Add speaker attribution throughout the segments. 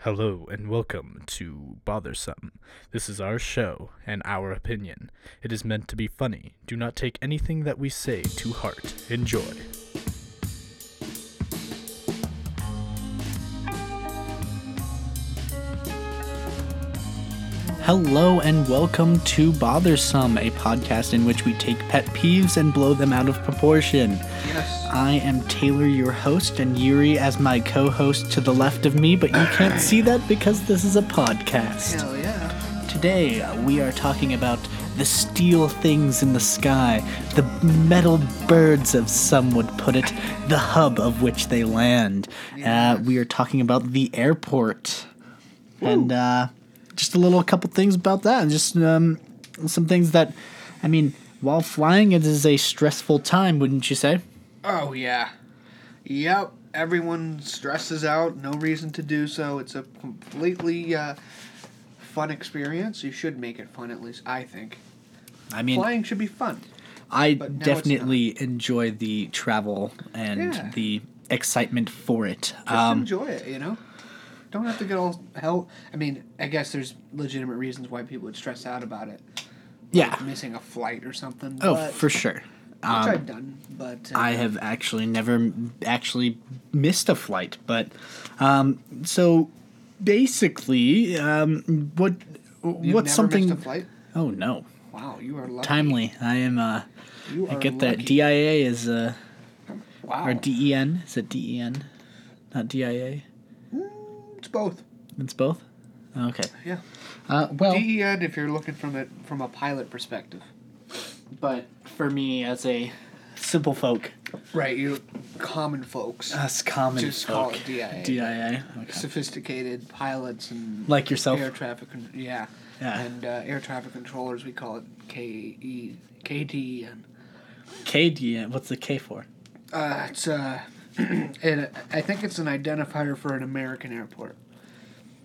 Speaker 1: Hello and welcome to Bothersome. This is our show and our opinion. It is meant to be funny. Do not take anything that we say to heart. Enjoy.
Speaker 2: Hello and welcome to Bothersome, a podcast in which we take pet peeves and blow them out of proportion.
Speaker 3: Yes.
Speaker 2: I am Taylor, your host, and Yuri as my co host to the left of me, but you can't see that because this is a podcast.
Speaker 3: Hell yeah.
Speaker 2: Today, uh, we are talking about the steel things in the sky, the metal birds, as some would put it, the hub of which they land. Uh, we are talking about the airport. And uh, just a little couple things about that, and just um, some things that, I mean, while flying, it is a stressful time, wouldn't you say?
Speaker 3: Oh yeah. Yep. Everyone stresses out. No reason to do so. It's a completely uh, fun experience. You should make it fun, at least I think.
Speaker 2: I mean,
Speaker 3: Flying should be fun.
Speaker 2: I
Speaker 3: but now it's
Speaker 2: definitely enjoy the travel and
Speaker 3: Yeah.
Speaker 2: the excitement for it.
Speaker 3: Just
Speaker 2: Um,
Speaker 3: enjoy it. You know. Don't have to get all hell. I mean, I guess there's legitimate reasons why people would stress out about it.
Speaker 2: yeah.
Speaker 3: Missing a flight or something.
Speaker 2: Oh,
Speaker 3: but,
Speaker 2: for sure.
Speaker 3: Which I've done, but uh,
Speaker 2: I have actually never m- actually missed a flight, but um, so basically, um, what
Speaker 3: you've never
Speaker 2: what's something?
Speaker 3: Missed a flight?
Speaker 2: Oh no,
Speaker 3: Wow, you are lucky.
Speaker 2: timely. I am. Uh,
Speaker 3: You
Speaker 2: I
Speaker 3: are
Speaker 2: get that
Speaker 3: lucky.
Speaker 2: DIA is uh,
Speaker 3: Wow.
Speaker 2: or DEN is it DEN, not DIA?
Speaker 3: Mm, it's both.
Speaker 2: It's both. Okay.
Speaker 3: Yeah.
Speaker 2: Uh, well,
Speaker 3: DEN if you're looking from it from a pilot perspective.
Speaker 2: but for me as a simple folk,
Speaker 3: Right, you common folks,
Speaker 2: us common
Speaker 3: Just call
Speaker 2: folk,
Speaker 3: it DIA.
Speaker 2: DIA. Okay.
Speaker 3: sophisticated pilots and
Speaker 2: Like yourself.
Speaker 3: air traffic con- yeah.
Speaker 2: Yeah.
Speaker 3: And uh, air traffic controllers we call it E, KE KDEN.
Speaker 2: KDN. What's the K for?
Speaker 3: Uh, it's uh it, I think it's an identifier for an American airport.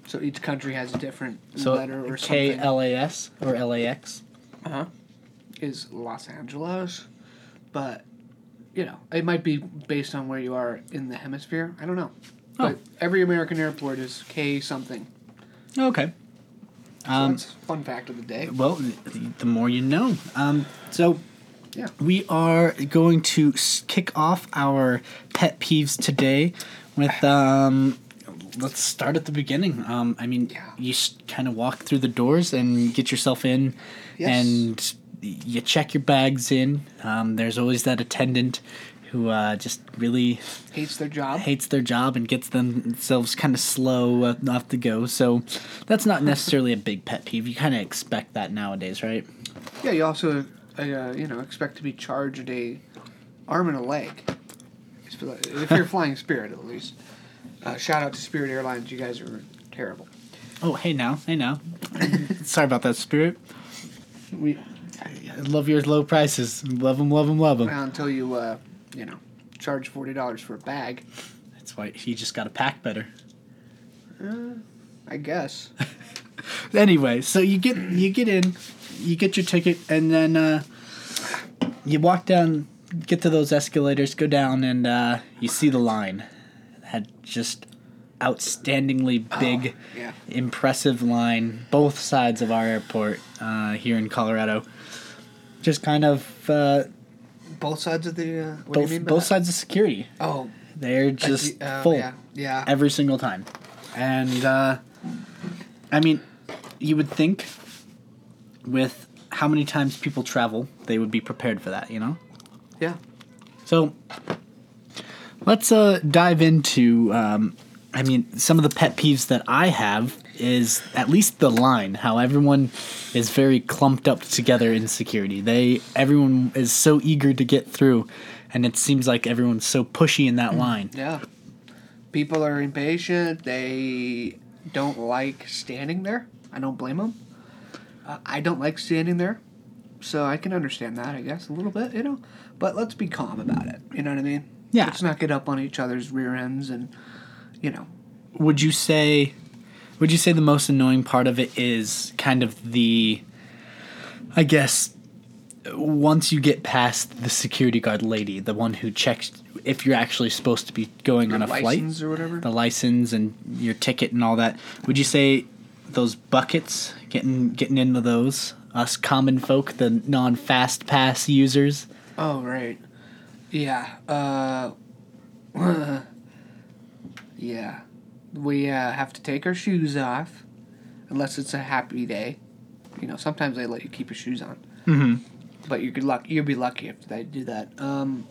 Speaker 3: So each country has a different
Speaker 2: So
Speaker 3: letter or
Speaker 2: K
Speaker 3: something.
Speaker 2: L Uh-huh. A S or L A X.
Speaker 3: is Los Angeles, but you know it might be based on where you are in the hemisphere. I don't know.
Speaker 2: Oh.
Speaker 3: But every American airport is K something.
Speaker 2: Oh, Okay.
Speaker 3: So
Speaker 2: Um,
Speaker 3: that's fun fact of the day.
Speaker 2: well, th- the more you know. Um, so
Speaker 3: Yeah.
Speaker 2: we are going to s- kick off our pet peeves today with. Um, let's start at the beginning. Um, I mean,
Speaker 3: Yeah.
Speaker 2: you s- kind of walk through the doors and get yourself in,
Speaker 3: Yes.
Speaker 2: and you check your bags in. Um, there's always that attendant who uh, just really
Speaker 3: Hates their job.
Speaker 2: hates their job and gets themselves kind of slow uh, off the go. So that's not necessarily a big pet peeve. You kind of expect that nowadays, right?
Speaker 3: Yeah. You also uh, you know expect to be charged a arm and a leg. If you're flying Spirit, at least. Uh, shout out to Spirit Airlines. You guys are terrible.
Speaker 2: Oh, hey now, hey now. Sorry about that, Spirit.
Speaker 3: We
Speaker 2: I love your low prices. Love them, love them, love them.
Speaker 3: well, until you uh, you know charge forty dollars for a bag.
Speaker 2: That's why he just got to pack better.
Speaker 3: I guess.
Speaker 2: Anyway, so you get you get in, you get your ticket, and then uh, you walk down, get to those escalators, go down, and uh, you see the line. Had just outstandingly big.
Speaker 3: Yeah.
Speaker 2: impressive line, both sides of our airport uh, here in Colorado. Just kind of uh,
Speaker 3: Both sides of the. Uh, what
Speaker 2: both
Speaker 3: do you mean by
Speaker 2: both
Speaker 3: that?
Speaker 2: sides of security.
Speaker 3: Oh,
Speaker 2: They're
Speaker 3: I
Speaker 2: just
Speaker 3: see- oh,
Speaker 2: full
Speaker 3: Yeah, yeah.
Speaker 2: every single time, and uh, I mean, you would think with how many times people travel, they would be prepared for that, you know.
Speaker 3: yeah.
Speaker 2: So let's uh, dive into. Um, I mean, some of the pet peeves that I have is at least the line. How everyone is very clumped up together in security. They everyone is so eager to get through, and it seems like everyone's so pushy in that line.
Speaker 3: Yeah. People are impatient. They don't like standing there. I don't blame them. Uh, I don't like standing there. So I can understand that, I guess, a little bit, you know? But let's be calm about it. You know what I mean?
Speaker 2: Yeah.
Speaker 3: Let's not get up on each other's rear ends and, you know,
Speaker 2: Would you say? Would you say the most annoying part of it is kind of the, I guess, once you get past the security guard lady, the one who checks if you're actually supposed to be going on a
Speaker 3: license
Speaker 2: flight,
Speaker 3: or whatever.
Speaker 2: the license and your ticket and all that, would you say those buckets getting getting into those us common folk, the non fast pass users?
Speaker 3: Oh right, yeah. Uh, yeah, we uh, have to take our shoes off, unless it's a happy day. You know, sometimes they let you keep your shoes on. Mm-hmm. But you could luck. You'd be lucky if they do that. Um,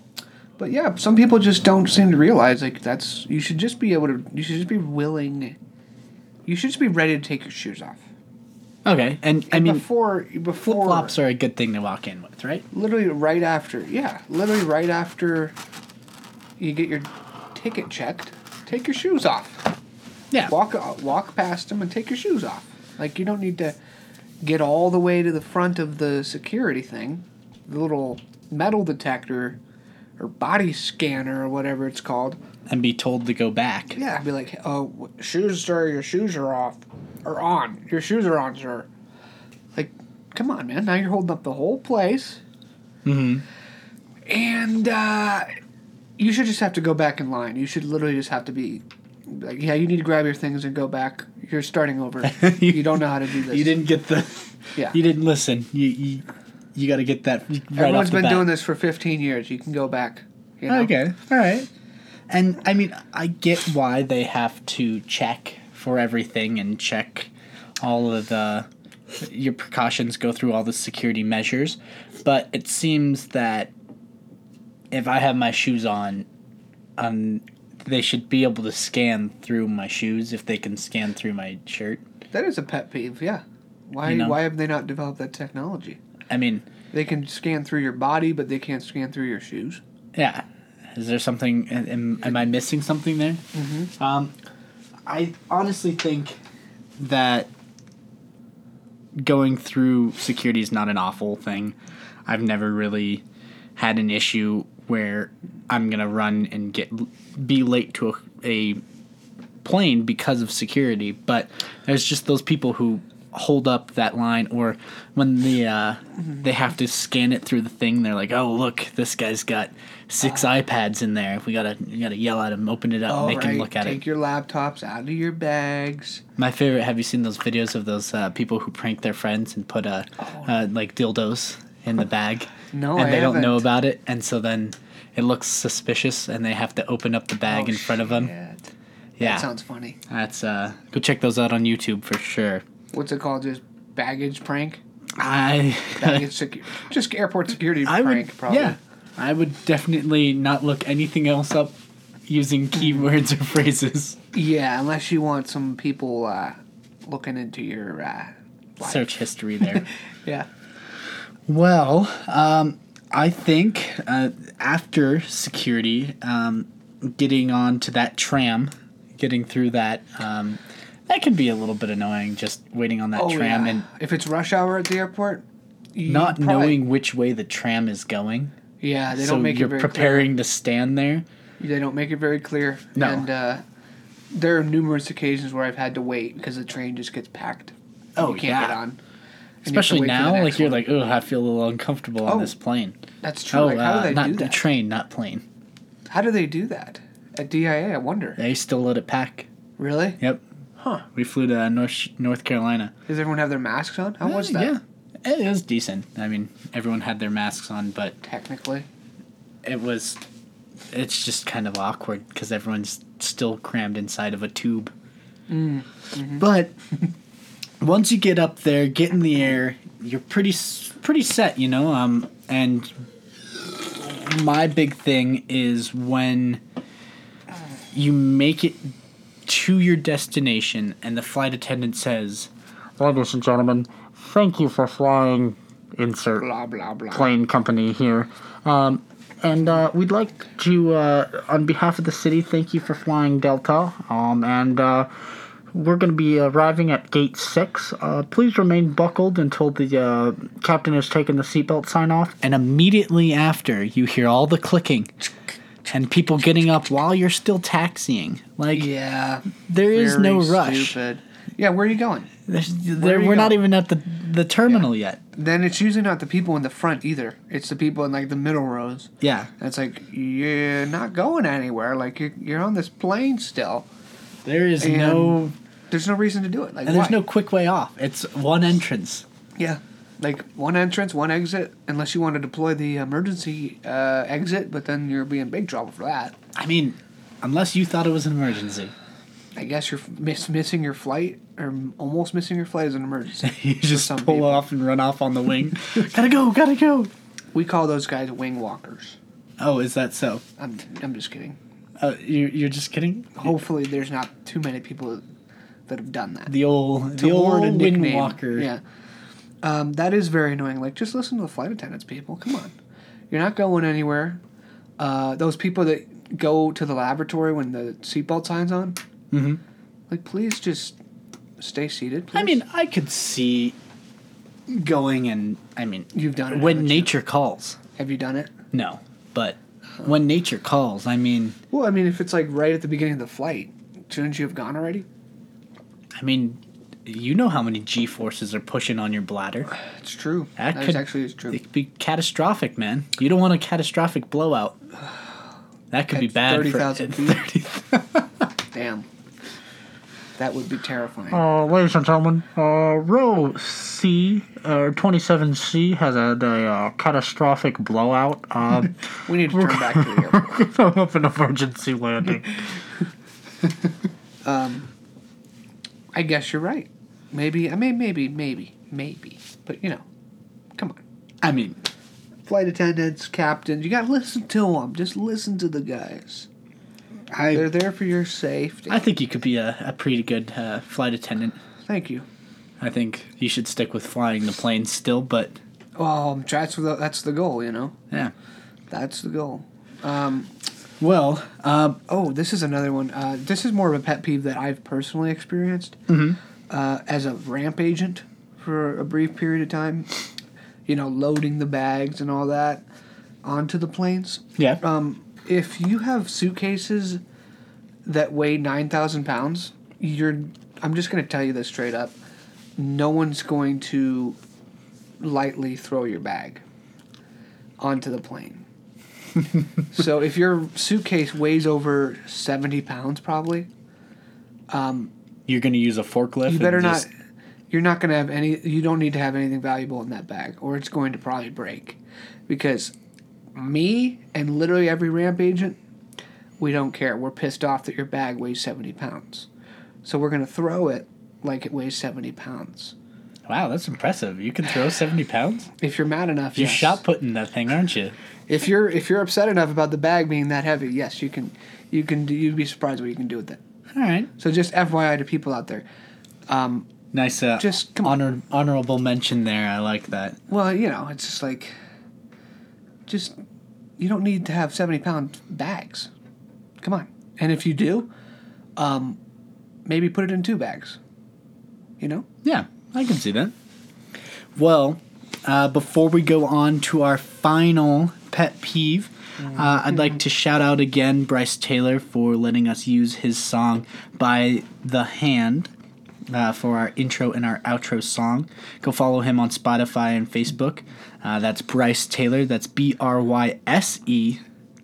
Speaker 3: but yeah, some people just don't seem to realize like that's. You should just be able to. You should just be willing. You should just be ready to take your shoes off.
Speaker 2: Okay, and I mean
Speaker 3: before
Speaker 2: flip
Speaker 3: before
Speaker 2: flops are a good thing to walk in with, right?
Speaker 3: literally right after yeah literally right after you get your ticket checked take your shoes off
Speaker 2: Yeah.
Speaker 3: walk uh, walk past them and take your shoes off like you don't need to get all the way to the front of the security thing the little metal detector or body scanner or whatever it's called
Speaker 2: and be told to go back.
Speaker 3: yeah be like oh w- shoes sir your shoes are off or on your shoes are on sir like come on man now you're holding up the whole place
Speaker 2: Mm-hmm.
Speaker 3: And uh, you should just have to go back in line. You should literally just have to be like, yeah, you need to grab your things and go back. You're starting over. you, don't know how to do this.
Speaker 2: You didn't get the.
Speaker 3: Yeah.
Speaker 2: You didn't listen. You you, you got to get that right
Speaker 3: Everyone's
Speaker 2: off the
Speaker 3: been
Speaker 2: bat.
Speaker 3: doing this for 15 years. You can go back. You know?
Speaker 2: Okay. All right. And I mean, I get why they have to check for everything and check all of the your precautions, go through all the security measures, but it seems that if I have my shoes on, um, they should be able to scan through my shoes if they can scan through my shirt.
Speaker 3: That is a pet peeve. Yeah. Why?
Speaker 2: You know.
Speaker 3: Why have they not developed that technology?
Speaker 2: I mean,
Speaker 3: They can scan through your body, but they can't scan through your shoes.
Speaker 2: Yeah. Is there something? Am, am I missing something there? Mm-hmm. Um, I honestly think that going through security is not an awful thing. I've never really had an issue where I'm gonna run and get be late to a, a plane because of security. But there's just those people who hold up that line, or when the uh,
Speaker 3: Mm-hmm.
Speaker 2: they have to scan it through the thing, they're like, "Oh, look, this guy's got six iPads in there. We gotta we gotta yell at him, open it up,
Speaker 3: Uh. All
Speaker 2: make him
Speaker 3: right,
Speaker 2: look at
Speaker 3: Take
Speaker 2: it."
Speaker 3: your laptops out of your bags.
Speaker 2: My favorite. Have you seen those videos of those uh, people who prank their friends and put uh, uh, like dildos in the bag?
Speaker 3: Oh. No,
Speaker 2: and
Speaker 3: I
Speaker 2: they don't know
Speaker 3: haven't.
Speaker 2: about it, and so then. It looks suspicious, and they have to open up the bag in front of them.
Speaker 3: Oh, Shit.
Speaker 2: Yeah,
Speaker 3: That sounds funny.
Speaker 2: that's uh, go check those out on YouTube for sure.
Speaker 3: What's it called? Just baggage prank.
Speaker 2: I
Speaker 3: Baggage secu- just airport security
Speaker 2: I
Speaker 3: prank.
Speaker 2: would
Speaker 3: probably.
Speaker 2: yeah, I would definitely not look anything else up using keywords or phrases.
Speaker 3: Yeah, unless you want some people uh, looking into your uh, life.
Speaker 2: Search history there.
Speaker 3: Yeah.
Speaker 2: well, um, I think uh, after security, um, getting on to that tram, getting through that. Um, that can be a little bit annoying, just waiting on that
Speaker 3: Oh,
Speaker 2: tram
Speaker 3: yeah.
Speaker 2: and
Speaker 3: if it's rush hour at the airport, you
Speaker 2: not
Speaker 3: probably-
Speaker 2: knowing which way the tram is going.
Speaker 3: Yeah, they
Speaker 2: so
Speaker 3: don't make
Speaker 2: you're
Speaker 3: it very
Speaker 2: preparing to stand there.
Speaker 3: clear. They don't make it very clear.
Speaker 2: No.
Speaker 3: And uh, there are numerous occasions where I've had to wait because the train just gets packed. and
Speaker 2: Oh,
Speaker 3: you can't get
Speaker 2: yeah.
Speaker 3: on. and you have to
Speaker 2: Especially
Speaker 3: wait for the
Speaker 2: now,
Speaker 3: next
Speaker 2: like you're
Speaker 3: one.
Speaker 2: like, oh, I feel a little uncomfortable on
Speaker 3: Oh.
Speaker 2: this plane.
Speaker 3: that's true.
Speaker 2: Oh,
Speaker 3: like, how
Speaker 2: uh,
Speaker 3: do they
Speaker 2: not
Speaker 3: do that?
Speaker 2: train, not plane.
Speaker 3: how do they do that at DIA? I wonder.
Speaker 2: They still let it pack.
Speaker 3: Really?
Speaker 2: Yep.
Speaker 3: Huh?
Speaker 2: We flew to North North Carolina.
Speaker 3: Does everyone have their masks on? How was
Speaker 2: Uh,
Speaker 3: that?
Speaker 2: Yeah, it was decent. I mean, everyone had their masks on, but
Speaker 3: Technically.
Speaker 2: it was, it's just kind of awkward because everyone's still crammed inside of a tube.
Speaker 3: Mm, mm-hmm.
Speaker 2: But once you get up there, get in the air, you're pretty s- pretty set, you know. Um, and my big thing is when you make it to your destination, and the flight attendant says,
Speaker 4: Ladies and gentlemen, thank you for flying insert
Speaker 3: Blah blah blah.
Speaker 4: plane company here. Um, and uh, we'd like to, uh, on behalf of the city, thank you for flying Delta. Um, and uh, we're going to be arriving at gate six. Uh, please remain buckled until the uh, captain has taken the seatbelt sign off.
Speaker 2: and immediately after you hear all the clicking and people getting up while you're still taxiing like
Speaker 3: Yeah.
Speaker 2: there is
Speaker 3: very
Speaker 2: no rush
Speaker 3: Stupid. Yeah, where are you going?
Speaker 2: There's, there,
Speaker 3: you
Speaker 2: we're not
Speaker 3: going?
Speaker 2: even at the, the terminal yet.
Speaker 3: Then it's usually not the people in the front either. It's the people in like the middle rows.
Speaker 2: Yeah.
Speaker 3: And it's like you're not going anywhere. Like you're you're on this plane still.
Speaker 2: There is
Speaker 3: And-
Speaker 2: no
Speaker 3: There's no reason to do it. Like
Speaker 2: and there's
Speaker 3: why?
Speaker 2: no quick way off. It's one entrance.
Speaker 3: yeah. Like one entrance, one exit, unless you want to deploy the emergency uh, exit, but then you'll be in big trouble for that.
Speaker 2: I mean, unless you thought it was an emergency,
Speaker 3: I guess you're miss, missing your flight or m- almost missing your flight is an emergency.
Speaker 2: you
Speaker 3: for
Speaker 2: just
Speaker 3: some
Speaker 2: pull
Speaker 3: people.
Speaker 2: off and run off on the wing. gotta go, gotta go.
Speaker 3: We call those guys wing walkers.
Speaker 2: Oh, is that so?
Speaker 3: I'm I'm just kidding.
Speaker 2: Uh, you, you're just kidding?
Speaker 3: Hopefully, there's not too many people that have done that.
Speaker 2: The old
Speaker 3: To
Speaker 2: the
Speaker 3: award
Speaker 2: old
Speaker 3: a
Speaker 2: wing
Speaker 3: nickname.
Speaker 2: walker.
Speaker 3: Yeah. Um, that is very annoying. Like, just listen to the flight attendants, people. Come on. You're not going anywhere. Uh, those people that go to the laboratory when the seatbelt sign's on. Mm-hmm. Like, please just stay seated. Please.
Speaker 2: I mean, I could see going and I mean,
Speaker 3: You've done it,
Speaker 2: when
Speaker 3: haven't you?
Speaker 2: nature calls.
Speaker 3: have you done it?
Speaker 2: No, but when nature calls, I mean,
Speaker 3: Well, I mean, if it's like right at the beginning of the flight, shouldn't you have gone already?
Speaker 2: I mean, you know how many G forces are pushing on your bladder.
Speaker 3: It's true.
Speaker 2: That,
Speaker 3: is
Speaker 2: could
Speaker 3: actually is true.
Speaker 2: It could be catastrophic, man. You don't want a catastrophic blowout. That could be
Speaker 3: At
Speaker 2: bad for
Speaker 3: 30,000 feet.
Speaker 2: 30
Speaker 3: Damn. That would be terrifying.
Speaker 2: Oh.
Speaker 4: Uh, ladies and gentlemen, uh, row C, uh, 27C has had a uh, catastrophic blowout. Uh,
Speaker 3: we need to turn back to the airport.
Speaker 4: of an emergency landing.
Speaker 3: I guess you're right. Maybe I mean maybe maybe maybe, but you know, come on.
Speaker 2: I mean,
Speaker 3: Flight attendants, captains, you gotta listen to them. Just listen to the guys. They're
Speaker 2: I
Speaker 3: there for your safety.
Speaker 2: I think you could be a, a pretty good uh, flight attendant.
Speaker 3: Thank you.
Speaker 2: I think you should stick with flying the plane still, but
Speaker 3: Well, um, that's the, that's the goal, you know.
Speaker 2: yeah.
Speaker 3: That's the goal. Um,
Speaker 2: Well, uh,
Speaker 3: oh, this is another one. Uh, this is more of a pet peeve that I've personally experienced mm-hmm. uh, as a ramp agent for a brief period of time. You know, loading the bags and all that onto the planes.
Speaker 2: yeah.
Speaker 3: Um, if you have suitcases that weigh nine thousand pounds, you're. I'm just gonna tell you this straight up. No one's going to lightly throw your bag onto the plane. so if your suitcase weighs over seventy pounds, probably
Speaker 2: You're going to use a forklift.
Speaker 3: you better
Speaker 2: and
Speaker 3: not.
Speaker 2: just-
Speaker 3: You're not gonna have any. You don't need to have anything valuable in that bag, or it's going to probably break, because me and literally every ramp agent, we don't care. We're pissed off that your bag weighs seventy pounds, so we're gonna throw it like it weighs seventy pounds.
Speaker 2: Wow, that's impressive. You can throw 70 pounds?
Speaker 3: If you're mad enough,
Speaker 2: You're
Speaker 3: yes.
Speaker 2: shot putting that thing, aren't you?
Speaker 3: If you're if you're upset enough about the bag being that heavy, yes, you can. You can. do- You'd be surprised what you can do with it.
Speaker 2: All right.
Speaker 3: So just FYI to people out there. Um,
Speaker 2: Nice uh,
Speaker 3: Just come on.
Speaker 2: honor, honorable mention there. I like that.
Speaker 3: Well, you know, it's just like, just you don't need to have seventy pound bags. Come on, and if you do, um, maybe put it in two bags. You know,
Speaker 2: Yeah, I can see that. Well, uh, before we go on to our final pet peeve, uh, I'd like to shout out again Bryce Taylor for letting us use his song by the hand. Uh, for our intro and our outro song, go follow him on Spotify and Facebook. Uh, that's Bryce Taylor. That's B R Y S E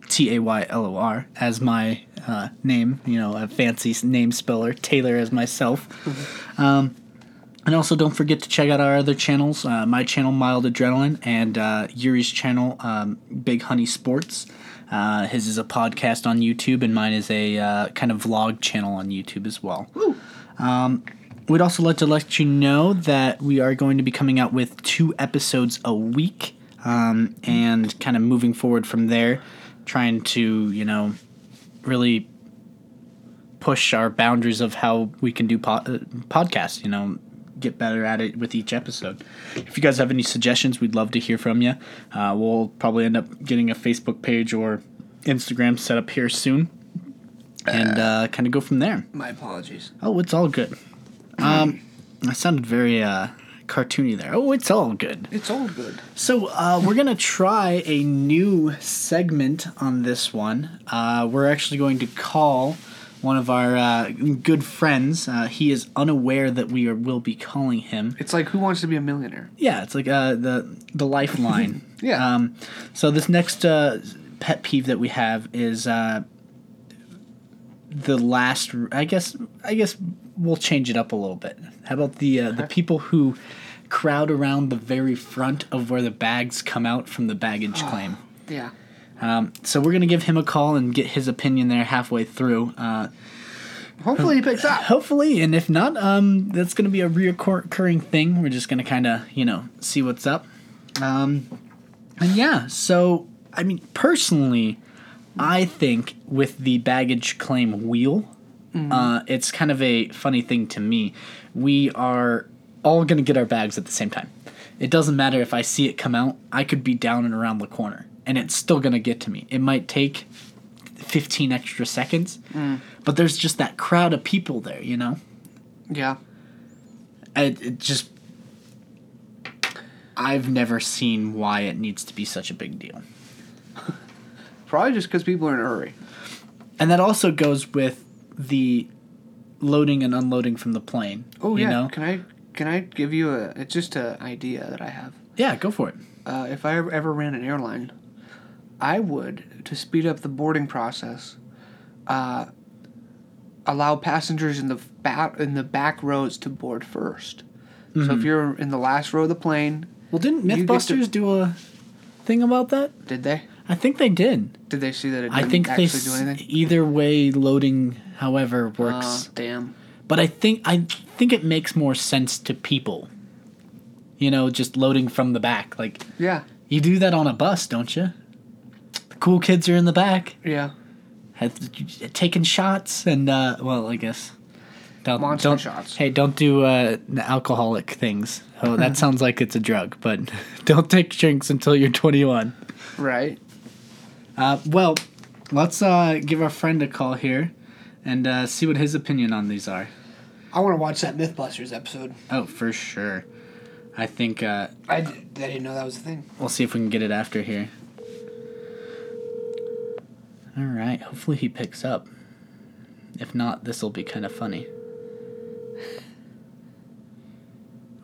Speaker 2: T A Y L O R as my uh, name. You know, a fancy s- name speller. Taylor as myself. And also, don't forget to check out our other channels uh, my channel, Mild Adrenaline, and uh, Yuri's channel, um, Big Honey Sports. Uh, his is a podcast on YouTube, and mine is a uh, kind of vlog channel on YouTube as well. Um, We'd also like to let you know that we are going to be coming out with two episodes a week, um, and kind of moving forward from there, trying to you know really push our boundaries of how we can do po- uh, podcasts. You know, get better at it with each episode. If you guys have any suggestions, we'd love to hear from you. Uh, we'll probably end up getting a Facebook page or Instagram set up here soon, and uh, kind of go from there.
Speaker 3: my apologies.
Speaker 2: Oh, it's all good. Um, I sounded very uh, cartoony there. Oh, it's all good.
Speaker 3: It's all good.
Speaker 2: So uh, we're gonna try a new segment on this one. Uh, we're actually going to call one of our uh, good friends. Uh, he is unaware that we are, will be calling him.
Speaker 3: It's like Who Wants to Be a Millionaire?
Speaker 2: Yeah, it's like uh, the the lifeline.
Speaker 3: Yeah.
Speaker 2: Um, so this next uh, pet peeve that we have is uh, the last. I guess. I guess we'll change it up a little bit. How about the uh, the people who crowd around the very front of where the bags come out from the baggage claim?
Speaker 3: Yeah.
Speaker 2: Um, so we're gonna give him a call and get his opinion there halfway through. Uh,
Speaker 3: Hopefully he picks up.
Speaker 2: hopefully, and if not, um, that's gonna be a reoccurring thing. We're just gonna kind of you know see what's up. Um, and yeah, so I mean personally, I think with the baggage claim wheel, uh, it's kind of a funny thing to me. We are all gonna get our bags at the same time. It doesn't matter if I see it come out. I could be down and around the corner, and it's still gonna get to me. It might take 15 extra seconds.
Speaker 3: Mm.
Speaker 2: But there's just that crowd of people there, you know?
Speaker 3: Yeah.
Speaker 2: It, it just. I've never seen why it needs to be such a big deal.
Speaker 3: Probably just because people are in a hurry.
Speaker 2: And that also goes with the loading and unloading from the plane.
Speaker 3: Oh
Speaker 2: you
Speaker 3: yeah.
Speaker 2: Know?
Speaker 3: Can I can I give you a? It's just an idea that I have.
Speaker 2: Yeah, go for it.
Speaker 3: Uh, if I ever- ever ran an airline, I would to speed up the boarding process. Uh, allow passengers in the back in the back rows to board 1st So
Speaker 2: Mm-hmm.
Speaker 3: if you're in the last row of the plane,
Speaker 2: Well, didn't
Speaker 3: You get to-
Speaker 2: Mythbusters do a thing about that?
Speaker 3: did they?
Speaker 2: I think they did.
Speaker 3: Did they see that it
Speaker 2: I
Speaker 3: didn't
Speaker 2: think they.
Speaker 3: actually
Speaker 2: s-
Speaker 3: do anything?
Speaker 2: Either way, loading, however,
Speaker 3: Uh,
Speaker 2: works.
Speaker 3: damn.
Speaker 2: but I think I think it makes more sense to people. You know, just loading from the back. Like
Speaker 3: Yeah.
Speaker 2: you do that on a bus, don't you? The cool kids are in the back,
Speaker 3: Yeah.
Speaker 2: have, taking shots, and uh, well, I guess don't
Speaker 3: Monster
Speaker 2: don't,
Speaker 3: shots.
Speaker 2: Hey, don't do uh, alcoholic things. Oh, that sounds like it's a drug, but don't take drinks until you're 21.
Speaker 3: Right.
Speaker 2: Uh, well, let's uh, give our friend a call here and uh, see what his opinion on these are.
Speaker 3: I want to watch that MythBusters episode.
Speaker 2: Oh, for sure. I think uh,
Speaker 3: I, d- I didn't know that was a thing.
Speaker 2: we'll see if we can get it after here. All right. Hopefully he picks up. If not, this will be kind of funny.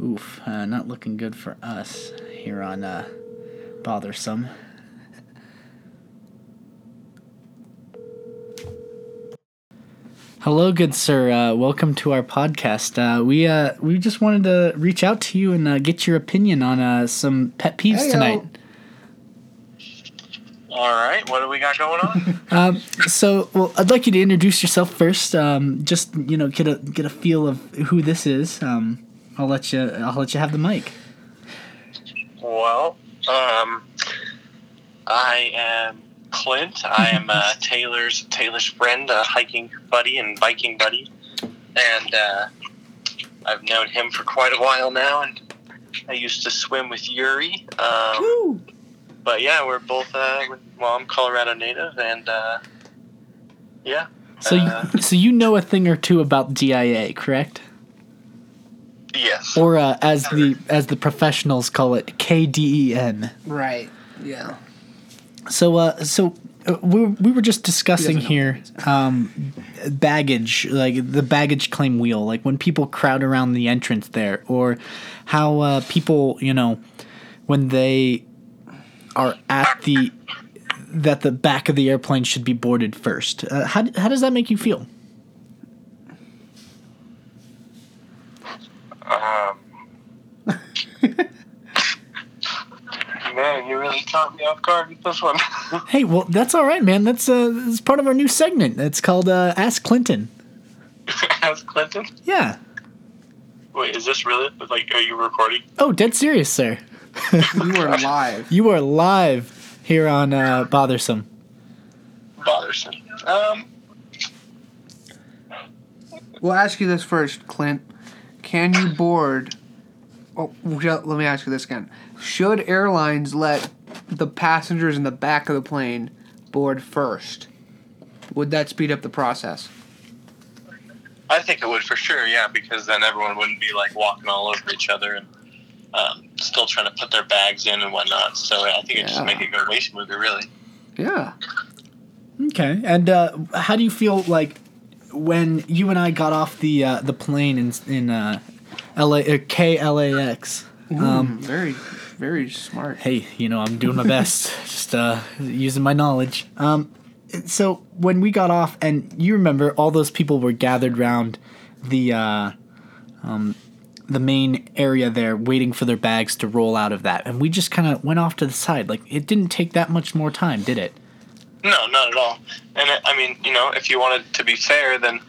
Speaker 2: Oof, uh, not looking good for us here on uh, Bothersome. Hello, good sir. Uh, welcome to our podcast. Uh, we uh, we just wanted to reach out to you and uh, get your opinion on uh, some pet peeves
Speaker 3: Heyo.
Speaker 2: tonight.
Speaker 5: All right, what do we got going on?
Speaker 2: Um, so, well, I'd like you to introduce yourself first. Um, just you know, get a get a feel of who this is. Um, I'll let you. I'll let you have the mic.
Speaker 5: well, um, I am Clint. I am uh, Taylor's Taylor's friend, a hiking buddy and biking buddy, and uh, I've known him for quite a while now. And I used to swim with Yuri. Um, but yeah, we're both. Uh, well, I'm Colorado native, and uh, yeah.
Speaker 2: So,
Speaker 5: uh,
Speaker 2: you, so you know a thing or two about DIA, correct?
Speaker 5: yes.
Speaker 2: Or uh, as the as the professionals call it, E KDEN.
Speaker 3: Right. Yeah.
Speaker 2: So, uh, so uh, we we were just discussing
Speaker 3: He doesn't know
Speaker 2: here um, baggage, like the baggage claim wheel, like when people crowd around the entrance there, or how uh, people, you know, when they are at the that the back of the airplane should be boarded first. Uh, how how does that make you feel?
Speaker 5: Um, man, you really caught me off guard with this one.
Speaker 2: Hey, well, that's all right, man. That's uh, that's part of our new segment. It's called uh, Ask Clinton.
Speaker 5: Ask Clinton.
Speaker 2: Yeah.
Speaker 5: Wait, is this really? Like, are you recording?
Speaker 2: Oh, dead serious, sir.
Speaker 3: You were live.
Speaker 2: You are live here on uh, Bothersome.
Speaker 5: Bothersome. Um,
Speaker 3: We'll ask you this first, Clint. Can you board? Oh, well, let me ask you this again. Should airlines let the passengers in the back of the plane board first? Would that speed up the process?
Speaker 5: I think it would for sure. Yeah, because then everyone wouldn't be like walking all over each other and um, still trying to put their bags in and whatnot. So I think it
Speaker 3: Yeah.
Speaker 5: just make it go way smoother, really.
Speaker 3: Yeah.
Speaker 2: Okay. And uh, how do you feel like when you and I got off the uh, the plane in in uh, LA uh, KLAX.
Speaker 3: Um, very, very smart.
Speaker 2: Hey, you know I'm doing my best, just uh, using my knowledge. Um, so when we got off, and you remember, all those people were gathered round the uh, um, the main area there, waiting for their bags to roll out of that, and we just kind of went off to the side. Like it didn't take that much more time, did it?
Speaker 5: No, not at all. And uh, I mean, you know, if you wanted to be fair, then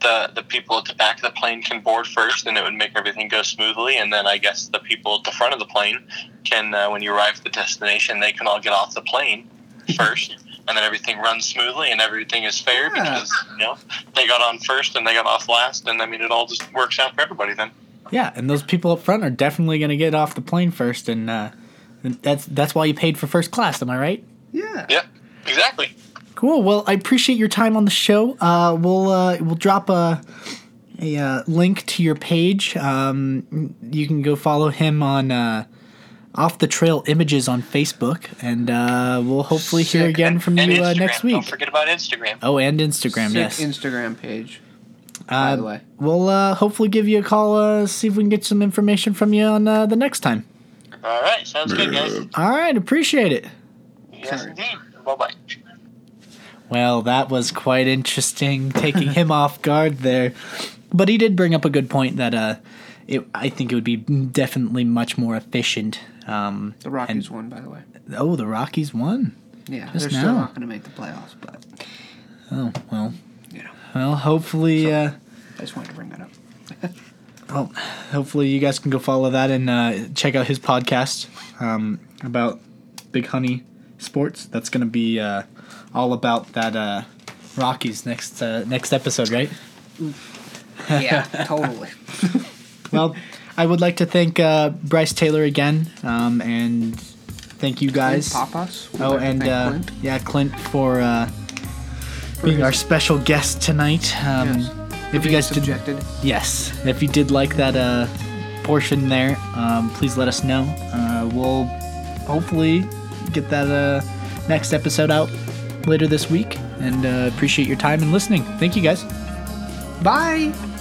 Speaker 5: the the people at the back of the plane can board first, and it would make everything go smoothly. And then I guess the people at the front of the plane can, uh, when you arrive at the destination, they can all get off the plane first, and then everything runs smoothly and everything is fair
Speaker 3: Yeah.
Speaker 5: because you know they got on first and they got off last, and I mean, it all just works out for everybody then.
Speaker 2: Yeah, and those people up front are definitely going to get off the plane first, and uh, that's that's why you paid for first class. Am I right?
Speaker 3: Yeah.
Speaker 5: Yep, exactly.
Speaker 2: Cool. Well, I appreciate your time on the show. Uh, we'll uh, we'll drop a a uh, link to your page. Um, you can go follow him on uh, Off the Trail Images on Facebook, and uh, we'll hopefully hear
Speaker 3: Sick.
Speaker 2: again from
Speaker 5: And
Speaker 2: you uh,
Speaker 5: Instagram.
Speaker 2: next
Speaker 5: Don't
Speaker 2: week.
Speaker 5: forget about Instagram.
Speaker 2: Oh, and Instagram.
Speaker 3: Sick
Speaker 2: yes.
Speaker 3: Instagram page.
Speaker 2: Uh,
Speaker 3: by the way.
Speaker 2: We'll uh, hopefully give you a call. Uh, see if we can get some information from you on uh, the next time.
Speaker 5: All right, sounds good, guys.
Speaker 2: All right. Appreciate it.
Speaker 5: Yes,
Speaker 3: Sorry.
Speaker 5: indeed. Bye bye.
Speaker 2: Well, that was quite interesting, taking him off guard there. But he did bring up a good point that uh, it, I think it would be definitely much more efficient. Um,
Speaker 3: The Rockies won, by the way.
Speaker 2: oh, the Rockies won.
Speaker 3: Yeah,
Speaker 2: Just
Speaker 3: they're still
Speaker 2: now.
Speaker 3: not going to make the playoffs, but
Speaker 2: Oh well,
Speaker 3: you know,
Speaker 2: well, hopefully, uh,
Speaker 3: I just wanted to bring that up.
Speaker 2: well, hopefully you guys can go follow that and uh, check out his podcast um, about Big Honey Sports. That's going to be uh, all about that uh, Rockies next uh, next episode, right?
Speaker 3: Yeah, totally.
Speaker 2: well, I would like to thank uh, Bryce Taylor again, um, and thank you guys.
Speaker 3: Papas. We'd
Speaker 2: Oh,
Speaker 3: like to
Speaker 2: and
Speaker 3: thank
Speaker 2: uh,
Speaker 3: Clint.
Speaker 2: yeah, Clint for uh, being our special guest tonight. Um,
Speaker 3: Yes.
Speaker 2: If you
Speaker 3: Being
Speaker 2: guys did,
Speaker 3: subjected.
Speaker 2: yes, if you did like that uh, portion there, um, please let us know. Uh, we'll hopefully get that uh, next episode out later this week, and uh, appreciate your time and listening. Thank you, guys.
Speaker 3: Bye.